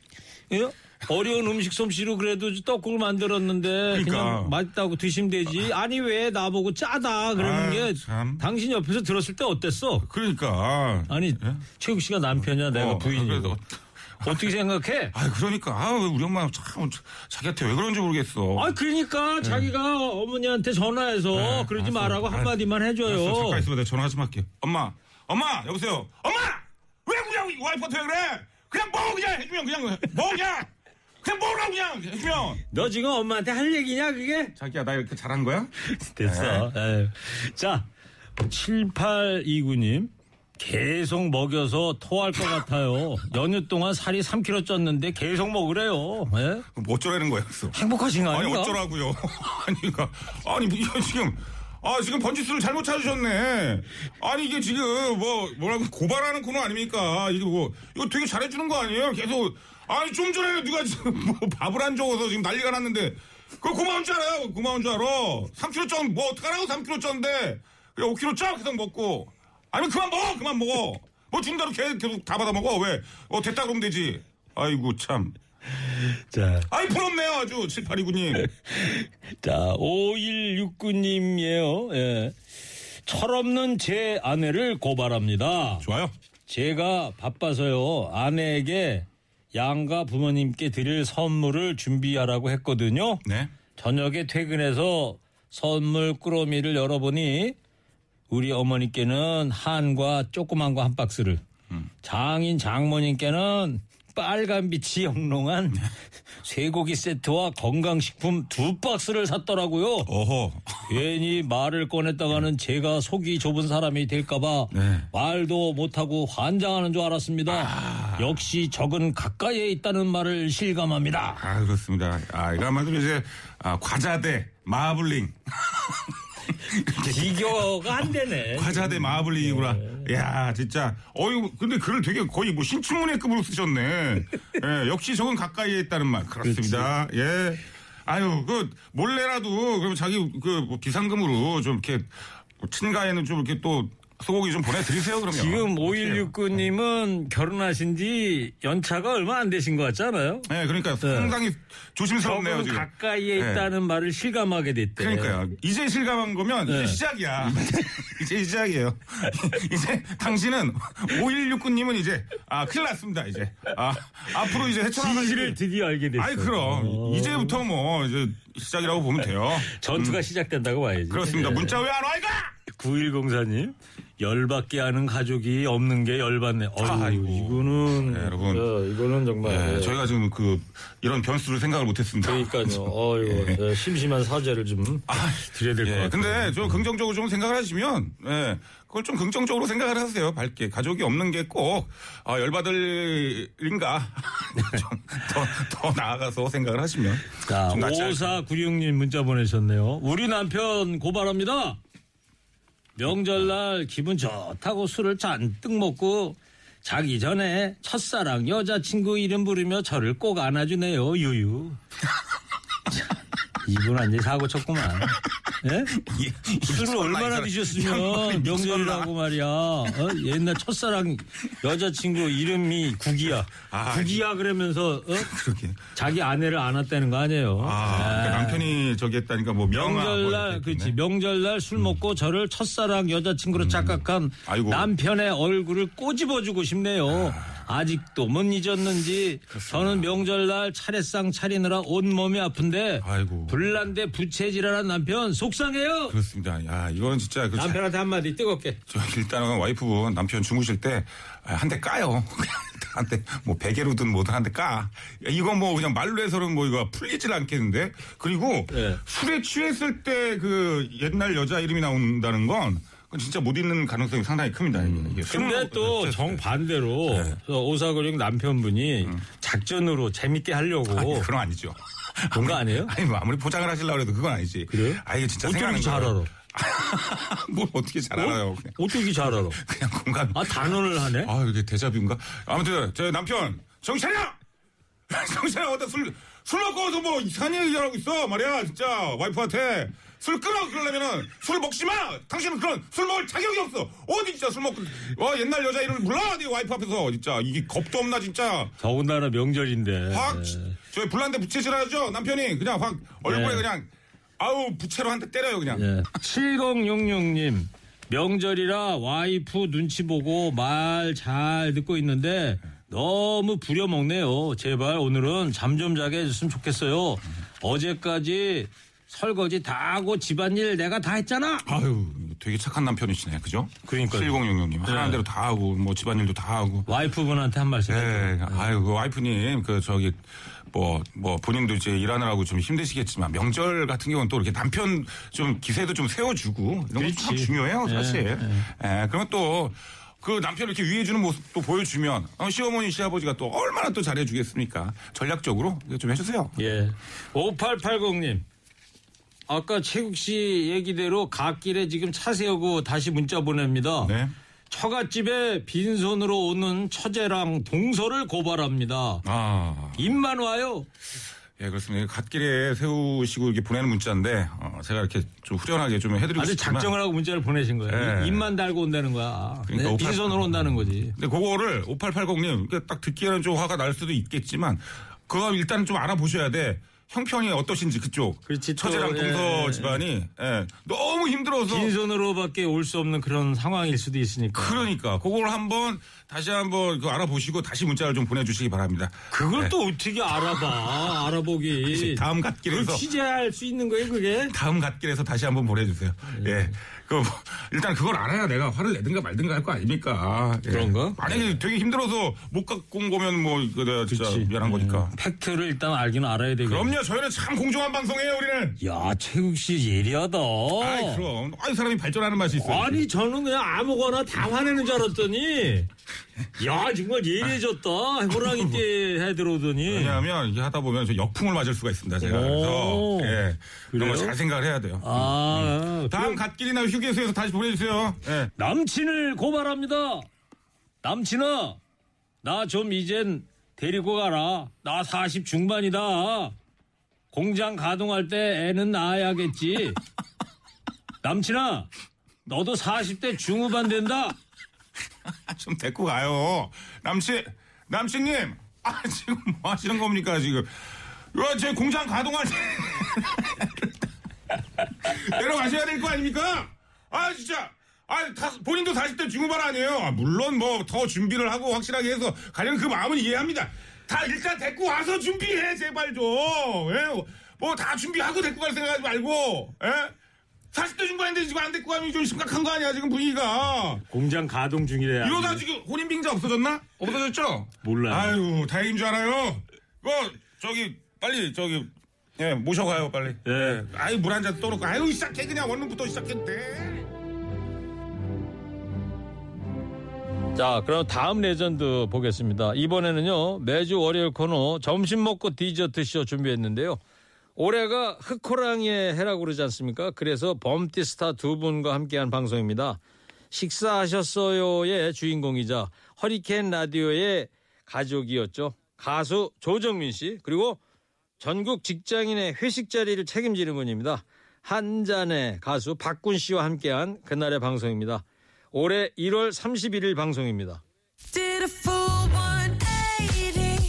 Speaker 1: 예? 어려운 음식 솜씨로 그래도 떡국을 만들었는데 그
Speaker 6: 그러니까.
Speaker 1: 냥 맛있다고 드시면 되지. 아니 왜 나보고 짜다 그러는
Speaker 6: 아,
Speaker 1: 게
Speaker 6: 참.
Speaker 1: 당신 옆에서 들었을 때 어땠어?
Speaker 6: 그러니까.
Speaker 1: 아니 최욱 씨가 남편이야 내가
Speaker 6: 어,
Speaker 1: 부인이고
Speaker 6: 그래서
Speaker 1: 어떻게 생각해?
Speaker 6: 아 그러니까 아 우리 엄마 참 자기한테 왜 그런지 모르겠어.
Speaker 1: 아 그러니까 자기가 어머니한테 전화해서
Speaker 6: 네,
Speaker 1: 그러지
Speaker 6: 예. 알았어.
Speaker 1: 말라고
Speaker 6: 알았어.
Speaker 1: 한마디만 해줘요.
Speaker 6: 알았어, 잠깐 있어봐. 내가 전화 좀 할게. 엄마, 엄마, 여보세요. 엄마, 왜 우리 와이프한테 왜 그래? 그냥 먹어 그냥 해주면 그냥 먹어 그냥 그냥 먹으라고 그냥 해주면.
Speaker 1: 너 지금 엄마한테 할 얘기냐 그게?
Speaker 6: 자기야 나 이렇게 잘한 거야?
Speaker 1: 됐어.
Speaker 6: 네.
Speaker 1: 에휴. 자, 7829님. 계속 먹여서 토할 것 같아요. 연휴 동안 살이 3kg 쪘는데 계속 먹으래요. 예?
Speaker 6: 그럼 뭐 어쩌라는 거야 그래서.
Speaker 1: 행복하신 거
Speaker 6: 아니
Speaker 1: 아닌가?
Speaker 6: 어쩌라고요? [laughs] 아니 그러니까 아니 뭐 이거 지금. 아 지금 번지수를 잘못 찾으셨네. 아니 이게 지금 뭐 뭐라고 고발하는 코너 아닙니까? 이게 뭐 이거 되게 잘해주는 거 아니에요? 계속 아니 좀 전에 누가 지금 [laughs] 뭐 밥을 안 적어서 지금 난리가 났는데 그거 고마운 줄 알아요? 고마운 줄 알아? 3kg 쪘, 뭐 어떡하라고 3kg 쪘는데 그래 5kg 쪄 계속 먹고 아니 그만 먹어 그만 먹어 뭐 준다로 계속, 계속 다 받아 먹어 왜? 어 됐다 그러면 되지. 아이고 참.
Speaker 1: 자,
Speaker 6: 아이 부럽네요 아주 7829님.
Speaker 1: 자, 5169님이에요. 예. 철없는 제 아내를 고발합니다.
Speaker 6: 좋아요.
Speaker 1: 제가 바빠서요 아내에게 양가 부모님께 드릴 선물을 준비하라고 했거든요.
Speaker 6: 네.
Speaker 1: 저녁에 퇴근해서 선물 꾸러미를 열어보니 우리 어머니께는 한과 조그만과 한 박스를 장인 장모님께는 빨간 빛이 영롱한 쇠고기 세트와 건강식품 두 박스를 샀더라고요.
Speaker 6: 어허.
Speaker 1: 괜히 말을 꺼냈다가는 제가 속이 좁은 사람이 될까봐
Speaker 6: 네.
Speaker 1: 말도 못하고 환장하는 줄 알았습니다. 역시 적은 가까이에 있다는 말을 실감합니다.
Speaker 6: 아 그렇습니다. 아 이거 아마도 이제 아, 과자대 마블링
Speaker 1: 비교가 안 되네.
Speaker 6: 과자대 마블링이구나.
Speaker 1: 네.
Speaker 6: 야 진짜 어이 근데 글을 되게 거의 뭐
Speaker 1: [laughs]
Speaker 6: 신춘문예급으로 쓰셨네. 예, 역시 저건 가까이에 있다는 말 그렇습니다. 예. 아유 그 몰래라도 그럼 자기 그뭐 비상금으로 좀 이렇게 친가에는 좀 이렇게 또 소고기 좀 보내드리세요 그러면.
Speaker 1: 지금
Speaker 6: 어떡해요? 네.
Speaker 1: 5169님은 결혼하신 지 연차가 얼마 안 되신 것 같잖아요.
Speaker 6: 예, 그러니까 상당히 조심스럽네요
Speaker 1: 적은
Speaker 6: 지금.
Speaker 1: 네. 가까이에
Speaker 6: 예.
Speaker 1: 있다는 말을 실감하게 됐대.
Speaker 6: 네. 그러니까요. 이제 실감한 거면
Speaker 1: 네.
Speaker 6: 이제 시작이야. [laughs] 이제 시작이에요. [laughs] 이제 당신은 5169님은 이제 아 큰일 났습니다. 이제 아 앞으로 이제 헤쳐나갈
Speaker 1: 진실을 드디어 알게 됐어요.
Speaker 6: 아이 그럼
Speaker 1: 어.
Speaker 6: 이제부터 뭐 이제 시작이라고 보면 돼요.
Speaker 1: 전투가 시작된다고 봐야지.
Speaker 6: 음. 그렇습니다.
Speaker 1: 예.
Speaker 6: 문자 왜 안 와 이거?
Speaker 1: 9104님 열받게 하는 가족이 없는 게 열받네.
Speaker 6: 아이고.
Speaker 1: 아이고 이거는
Speaker 6: 네, 여러분.
Speaker 1: 예, 이거는 정말
Speaker 6: 네,
Speaker 1: 예.
Speaker 6: 저희가 지금 그 이런 변수를 생각을 못했습니다. [laughs]
Speaker 1: 그러니까요. 어이고 예, 심심한 사죄를 좀 드려야 될 것
Speaker 6: 네.
Speaker 1: 같아요.
Speaker 6: 예,
Speaker 1: 네.
Speaker 6: 근데 좀 긍정적으로 좀 생각을 하시면, 예, 그걸 좀 긍정적으로 생각을 하세요. 밝게 가족이 없는 게 꼭 아, 열받을 인가 [laughs] 좀더더 나아가서 생각을 하시면.
Speaker 1: 자,
Speaker 6: 좀 낫지 않을까.
Speaker 1: 5496님 문자 보내셨네요. 우리 남편 고발합니다. 명절날 기분 좋다고 술을 잔뜩 먹고 자기 전에 첫사랑 여자친구 이름 부르며 저를 꼭 안아주네요. 유유. 자, 이분 완전 사고 쳤구만. 예? 술을 얼마나 드셨으면 명절이라고 말이야. 어? 옛날 첫사랑 여자친구 이름이 국이야.
Speaker 6: 아,
Speaker 1: 국이야 그러면서 어?
Speaker 6: 그렇게.
Speaker 1: 자기 아내를 안았다는 거 아니에요.
Speaker 6: 아, 그러니까
Speaker 1: 네.
Speaker 6: 남편이 저기 했다니까 뭐 명아 뭐
Speaker 1: 명절날
Speaker 6: 이렇게
Speaker 1: 그렇지
Speaker 6: 했겠네. 음.
Speaker 1: 명절날 술 먹고 저를 첫사랑 여자친구로 착각한
Speaker 6: 아이고.
Speaker 1: 남편의 얼굴을 꼬집어주고 싶네요. 아... 직도못 잊었는지 저는 명절날 차례상 차리느라 온 몸이 아픈데
Speaker 6: 아이고.
Speaker 1: 불난데 부채질하는 남편 속상해요.
Speaker 6: 그렇습니다. 야, 이건 진짜 그
Speaker 1: 남편한테 한마디 뜨겁게.
Speaker 6: 자- 저 일단은 와이프분 남편 주무실 때 한 대 까요. [laughs] 한 대 뭐 베개로든 뭐든 한 대 까. 야, 이거 뭐 그냥 말로 해서는 뭐 이거 풀리질 않겠는데. 그리고
Speaker 1: 네.
Speaker 6: 술에 취했을 때 그 옛날 여자 이름이 나온다는 건 그건 진짜 못 읽는 가능성이 상당히 큽니다. 이게. 이게
Speaker 1: 음. 근데
Speaker 6: 술만
Speaker 1: 또
Speaker 6: 먹고 네,
Speaker 1: 정반대로 어, 오사거링 남편분이 작전으로 재밌게 하려고
Speaker 6: 음. 아니, 그건 아니죠.
Speaker 1: 그런 거 아니에요?
Speaker 6: 아니, 뭐 아무리 포장을 하시려고 해도 그건 아니지.
Speaker 1: 그래요?
Speaker 6: 아, 이게 진짜
Speaker 1: 어떻게
Speaker 6: 생각하는
Speaker 1: 잘
Speaker 6: 거예요.
Speaker 1: 알아?
Speaker 6: [laughs] 뭘 어떻게 잘 알아요. 그냥,
Speaker 1: 어떻게 잘 알아?
Speaker 6: 그냥 공감.
Speaker 1: 아, 단언을 하네?
Speaker 6: 아, 이게 대자뷰인가? 아무튼, 제 남편, 정신 차려! [laughs] 정신 차려! 어디다 술, 술 먹고 와서 뭐 이상한 얘기 하고 있어. 말이야, 진짜. 와이프한테. 술 끊어, 그러려면은. 술 먹지 마! 당신은 그런 술 먹을 자격이 없어! 어디 진짜 술 먹고, 와, 옛날 여자 이름을 불러! 네 와이프 앞에서. 진짜. 이게 겁도 없나, 진짜.
Speaker 1: 더군다나 명절인데.
Speaker 6: 확, 저희 불난데 부채질 하죠? 남편이. 그냥 확, 얼굴에
Speaker 1: 네.
Speaker 6: 그냥. 아우, 부채로 한 대 때려요, 그냥.
Speaker 1: 예. 7066님. 명절이라 와이프 눈치 보고 말 잘 듣고 있는데 너무 부려먹네요. 제발 오늘은 잠 좀 자게 해줬으면 좋겠어요. 어제까지 설거지 다 하고 집안일 내가 다 했잖아.
Speaker 6: 아유, 되게 착한 남편이시네, 그죠?
Speaker 1: 그러니까요. 네.
Speaker 6: 7066님. 하라는 대로 다 하고, 뭐, 집안일도 다 하고.
Speaker 1: 와이프분한테 한 말씀. 해줘요.
Speaker 6: 예, 아유, 그 와이프님, 그, 저기, 뭐, 뭐, 본인도 이제 일하느라고 좀 힘드시겠지만, 명절 같은 경우는 또 이렇게 남편 좀 기세도 좀 세워주고, 이런 건 참
Speaker 1: 그렇지. 네,
Speaker 6: 중요해요, 사실. 예, 그러면 또, 그 남편을 이렇게 위해주는 모습 또 보여주면, 어, 시어머니, 시아버지가 또 얼마나 또 잘해주겠습니까? 전략적으로 이거 좀 해주세요.
Speaker 1: 예. 5880님. 아까 최국 씨 얘기대로 갓길에 지금 차 세우고 다시 문자 보냅니다.
Speaker 6: 네.
Speaker 1: 처갓집에 빈손으로 오는 처제랑 동서를 고발합니다.
Speaker 6: 아.
Speaker 1: 입만 와요.
Speaker 6: 예, 그렇습니다. 갓길에 세우시고 이렇게 보내는 문자인데, 어, 제가 이렇게 좀 후련하게 좀 해드리고
Speaker 1: 아주
Speaker 6: 싶지만.
Speaker 1: 작정을 하고 문자를 보내신 거예요.
Speaker 6: 예.
Speaker 1: 입만 달고 온다는 거야.
Speaker 6: 그러니까
Speaker 1: 네,
Speaker 6: 5880
Speaker 1: 빈손으로 온다는 거지.
Speaker 6: 근데 그거를 5880님, 그러니까 딱 듣기에는 좀 화가 날 수도 있겠지만, 그거 일단 좀 알아보셔야 돼. 형편이 어떠신지 그쪽.
Speaker 1: 그렇지, 또,
Speaker 6: 처제랑
Speaker 1: 예,
Speaker 6: 동서
Speaker 1: 예,
Speaker 6: 집안이, 예, 너무 힘들어서.
Speaker 1: 빈손으로밖에 올 수 없는 그런 상황일 수도 있으니까.
Speaker 6: 그러니까, 그걸 한번, 다시 한번 그 알아보시고, 다시 문자를 좀 보내주시기 바랍니다.
Speaker 1: 그걸
Speaker 6: 예.
Speaker 1: 또 어떻게 알아봐. 알아보기.
Speaker 6: 다음 갓길에서.
Speaker 1: 그걸 취재할 수 있는 거예요, 그게?
Speaker 6: 다음 갓길에서 다시 한번 보내주세요. 예. 그, 뭐, 일단 그걸 알아야 내가 화를 내든가 말든가 할 거 아닙니까? 예.
Speaker 1: 그런가?
Speaker 6: 만약에 되게 힘들어서 못 갖고 온 거면 뭐, 이거 내가 진짜
Speaker 1: 예.
Speaker 6: 미안한 거니까.
Speaker 1: 팩트를 일단 알기는 알아야 되겠네.
Speaker 6: 그럼요, 저희는 참 공정한 방송이에요, 우리는.
Speaker 1: 야, 최국 씨 예리하다.
Speaker 6: 아이, 그럼. 아이, 사람이 발전하는 맛이 있어요.
Speaker 1: 어. 아니, 저는 그냥 아무거나 다 화내는 줄 알았더니, 야, 정말 예리해졌다. 호랑이 때 해들어오더니.
Speaker 6: 왜냐하면 이게 하다 보면 저 역풍을 맞을 수가 있습니다, 제가.
Speaker 1: 오,
Speaker 6: 그래서, 예. 그런
Speaker 1: 그래요?
Speaker 6: 거 잘 생각을 해야 돼요.
Speaker 1: 아,
Speaker 6: 다음 갓길이나 휴게소에서 다시 보내주세요. 예.
Speaker 1: 남친을 고발합니다. 남친아, 나 좀 이젠 데리고 가라. 나 40 중반이다. 공장 가동할 때 애는 낳아야겠지. 남친아, 너도 40대 중후반 된다.
Speaker 6: 아, 좀 데리고 가요. 남친, 남친님. 아, 지금 뭐 하시는 겁니까, 지금. 야, 제 공장 가동할 때. [laughs] 내려가셔야 될 거 아닙니까? 아, 진짜. 아, 다- 본인도 40대 중후반 아니에요. 아, 물론 뭐 더 준비를 하고 확실하게 해서 가려는 그 마음은 이해합니다. 다 일단 데리고 와서 준비해, 제발 좀. 뭐 다 준비하고 데리고 갈 생각하지 말고. 예? 40대 중반인데 지금 안 데리고 가면 좀 심각한 거 아니야, 지금 분위기가.
Speaker 1: 공장 가동 중이래요.
Speaker 6: 이러다 지금 혼인빙자 없어졌나? 없어졌죠?
Speaker 1: 몰라요.
Speaker 6: 아유, 다행인 줄 알아요. 그, 저기, 빨리, 저기, 예, 모셔가요, 빨리.
Speaker 1: 예.
Speaker 6: 아유, 물 한 잔 떠놓고, 아유, 시작해, 그냥 원룸부터 시작해도 돼.
Speaker 1: 자, 그럼 다음 레전드 보겠습니다. 이번에는요, 매주 월요일 코너 점심 먹고 디저트 쇼 준비했는데요. 올해가 흑호랑이의 해라고 그러지 않습니까? 그래서 범띠 스타 두 분과 함께한 방송입니다. 식사하셨어요의 주인공이자 허리케인 라디오의 가족이었죠. 가수 조정민 씨, 그리고 전국 직장인의 회식 자리를 책임지는 분입니다. 한 잔의 가수 박군 씨와 함께한 그날의 방송입니다. 올해 1월 31일 방송입니다.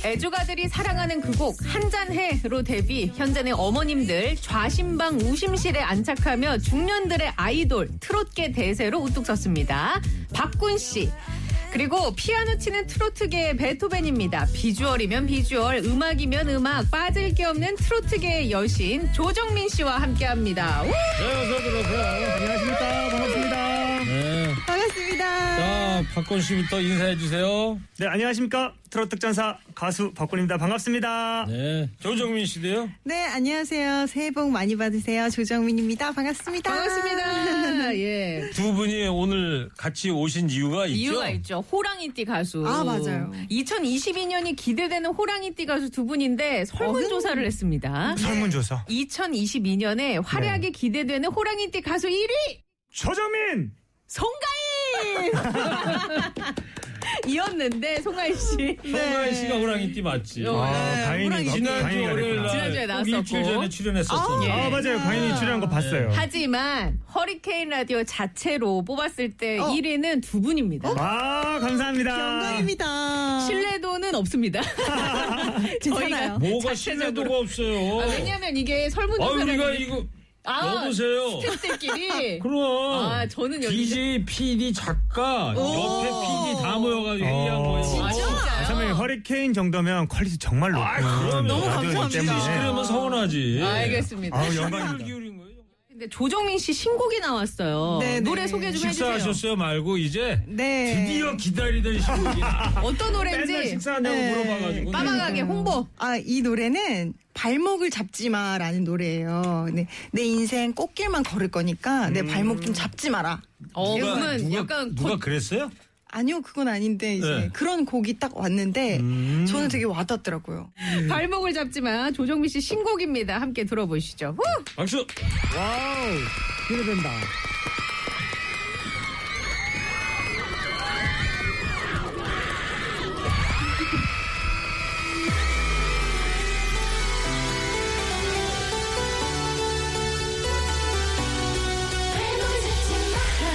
Speaker 7: 애주가들이 사랑하는 그 곡 한잔해로 데뷔 현재는 어머님들 좌심방 우심실에 안착하며 중년들의 아이돌 트롯계 대세로 우뚝 섰습니다. 박군 씨 그리고 피아노 치는 트로트계의 베토벤입니다. 비주얼이면 비주얼, 음악이면 음악, 빠질 게 없는 트로트계의 여신 조정민 씨와 함께합니다. 우!
Speaker 1: 네, 안녕하십니까. 반갑습니다. 네.
Speaker 7: 반갑습니다.
Speaker 1: 자, 박건 씨부터 인사해 주세요.
Speaker 8: 네, 안녕하십니까. 트롯 특전사 가수 박군입니다. 반갑습니다.
Speaker 1: 네. 조정민 씨도요?
Speaker 7: 네,
Speaker 9: [laughs]
Speaker 7: 안녕하세요. 새해 복 많이 받으세요. 조정민입니다. 반갑습니다. 반갑습니다. 예.
Speaker 1: 두 분이 오늘 같이 오신 이유가 있죠?
Speaker 7: 이유가 있죠. 호랑이띠 가수.
Speaker 9: 아, 맞아요.
Speaker 7: 2022년이 기대되는 호랑이띠 가수 두 분인데 설문조사를 했습니다.
Speaker 8: 설문조사.
Speaker 7: 2022년에 활약이
Speaker 9: 네.
Speaker 7: 기대되는 호랑이띠 가수 1위!
Speaker 8: 조정민!
Speaker 7: 송가인! [laughs] 이었는데, 송가인 씨.
Speaker 1: 송가인 씨가 호랑이띠 맞지?
Speaker 7: 네. 어, 아, 네. 다행히 호랑이띠.
Speaker 1: 지난주
Speaker 7: 다행히
Speaker 1: 월요일 날
Speaker 7: 지난주에
Speaker 1: 꼭
Speaker 7: 나왔었고.
Speaker 1: 일주일 전에 출연했었어.
Speaker 7: 아, 예.
Speaker 8: 봤어요.
Speaker 7: 하지만 허리케인 라디오 자체로 뽑았을 때
Speaker 9: 어.
Speaker 7: 1위는 두 분입니다.
Speaker 8: 아, 감사합니다.
Speaker 9: 영광입니다.
Speaker 7: 신뢰도는 없습니다.
Speaker 9: 괜찮아요.
Speaker 1: 뭐가 신뢰도가 없어요.
Speaker 7: 아, 왜냐면 이게
Speaker 1: 아,
Speaker 7: 설문조사
Speaker 1: 우리가 이거 여보세요.
Speaker 8: [laughs]
Speaker 7: 스탭들끼리
Speaker 1: 그럼
Speaker 7: 아 저는 여기
Speaker 1: DJ, PD, 작가 옆에 PD 다 모여가지고 얘기한 거예요.
Speaker 8: 아, 선배님 허리케인 정도면 퀄리티 정말 높고
Speaker 1: 너무 그러면 아, 서운하지.
Speaker 7: 예. 알겠습니다.
Speaker 8: 아우, 영광입니다.
Speaker 7: 근데 조정민 씨 신곡이 나왔어요.
Speaker 1: 네, 네.
Speaker 7: 노래 소개 좀 해주세요.
Speaker 1: 식사하셨어요 말고 이제
Speaker 9: 네.
Speaker 1: 드디어
Speaker 7: [laughs]
Speaker 1: 기다리던 신곡이
Speaker 7: 어떤 노래인지
Speaker 1: 맨날 식사하냐고
Speaker 9: 네.
Speaker 1: 물어봐가지고
Speaker 7: 빠방하게 홍보.
Speaker 9: 아, 이 노래는 발목을 잡지 마라는 노래예요. 네, 내 인생 꽃길만 걸을 거니까 내 발목 좀 잡지 마라.
Speaker 7: 어,
Speaker 9: 이런-
Speaker 7: 그러면 약간
Speaker 1: 누가 그랬어요?
Speaker 9: 아니요, 그건 아닌데 이제
Speaker 1: 네.
Speaker 9: 그런 곡이 딱 왔는데 저는 되게 와닿더라고요.
Speaker 7: 발목을 잡지만 조정민 씨 신곡입니다. 함께 들어보시죠. 후!
Speaker 1: 박수.
Speaker 10: 와우 기대된다.
Speaker 5: 발목을 잡지 마라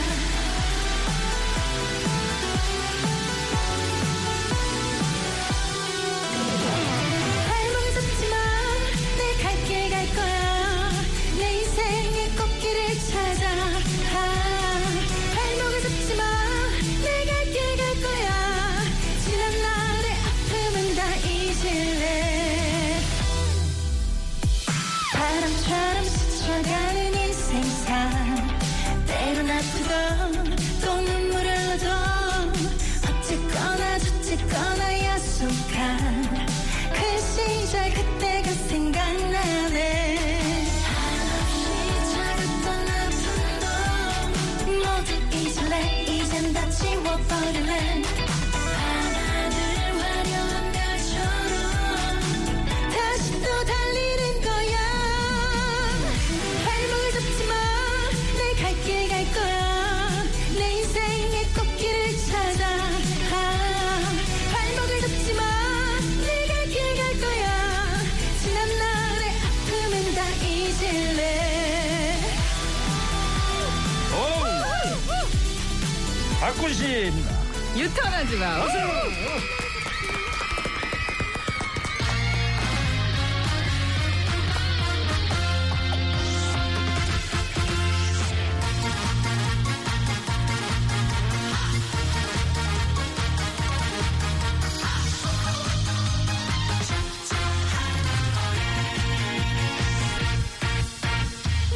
Speaker 5: 발목을 잡지 마내 갈 길 갈 거야 내 인생의 꽃길을 찾아 아, 발목을 잡지 마내 갈 길 갈 거야 지난 날의 아픔은 다 잊을래 바람처럼 스쳐가는 인생상 때론 아프고 또 눈물을 흘러도 어쨌거나 저쨌거나 약속한 그 시절 그때가 생각나네 한없이 차갑던 아픔도 모두 잊을래 이젠 다 지워버릴래 밤하늘 화려한 별처럼 다시 또 달리는 거야 발목을 잡지 마내 갈 길 갈 거야 내 인생의 꽃길을 찾아 아, 발목을 잡지 마내 갈 길 갈 거야 지난 날의 아픔은 다 잊을래
Speaker 1: 박군 씨.
Speaker 7: 유턴하지 마.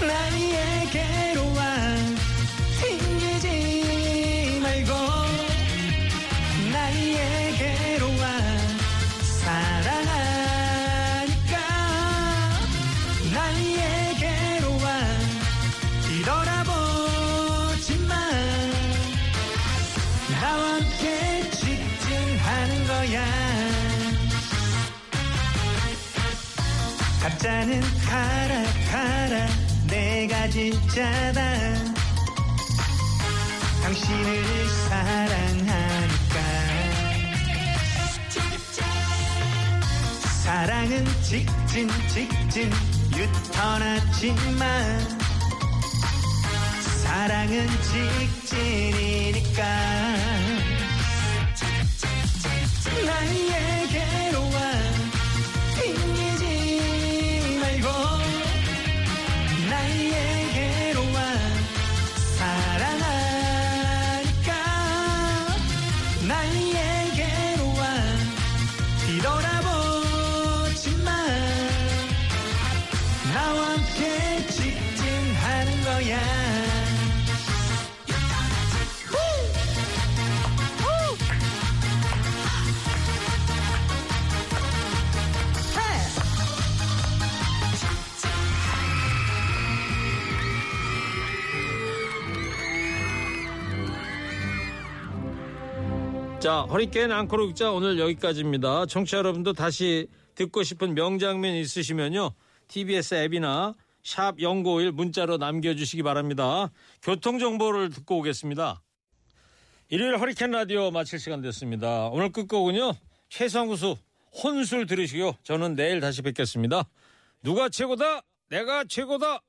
Speaker 10: 나에게로 와 튕기지 말고 나에게로 와 사랑하니까 나에게로 와 뒤돌아보지만 나와 함께 직진하는 거야 가짜는 가라 가라 내가 진짜다 당신을 사랑하니까 사랑은 직진 직진 유턴하지만 사랑은 직진이니까 나에게로 와 핑계지 말고 나에게로 와 사랑하니까 나에게로 와 뒤돌아보지만 나와 함께 직진하는 거야 후!
Speaker 1: 자, 허리케인 앙코르 극장 오늘 여기까지입니다. 청취자 여러분도 다시 듣고 싶은 명장면 있으시면요. TBS 앱이나 샵 0951 문자로 남겨주시기 바랍니다. 교통정보를 듣고 오겠습니다. 일요일 허리케인 라디오 마칠 시간 됐습니다. 오늘 끝곡은요. 최성구수 혼술 들으시고요. 저는 내일 다시 뵙겠습니다. 누가 최고다? 내가 최고다!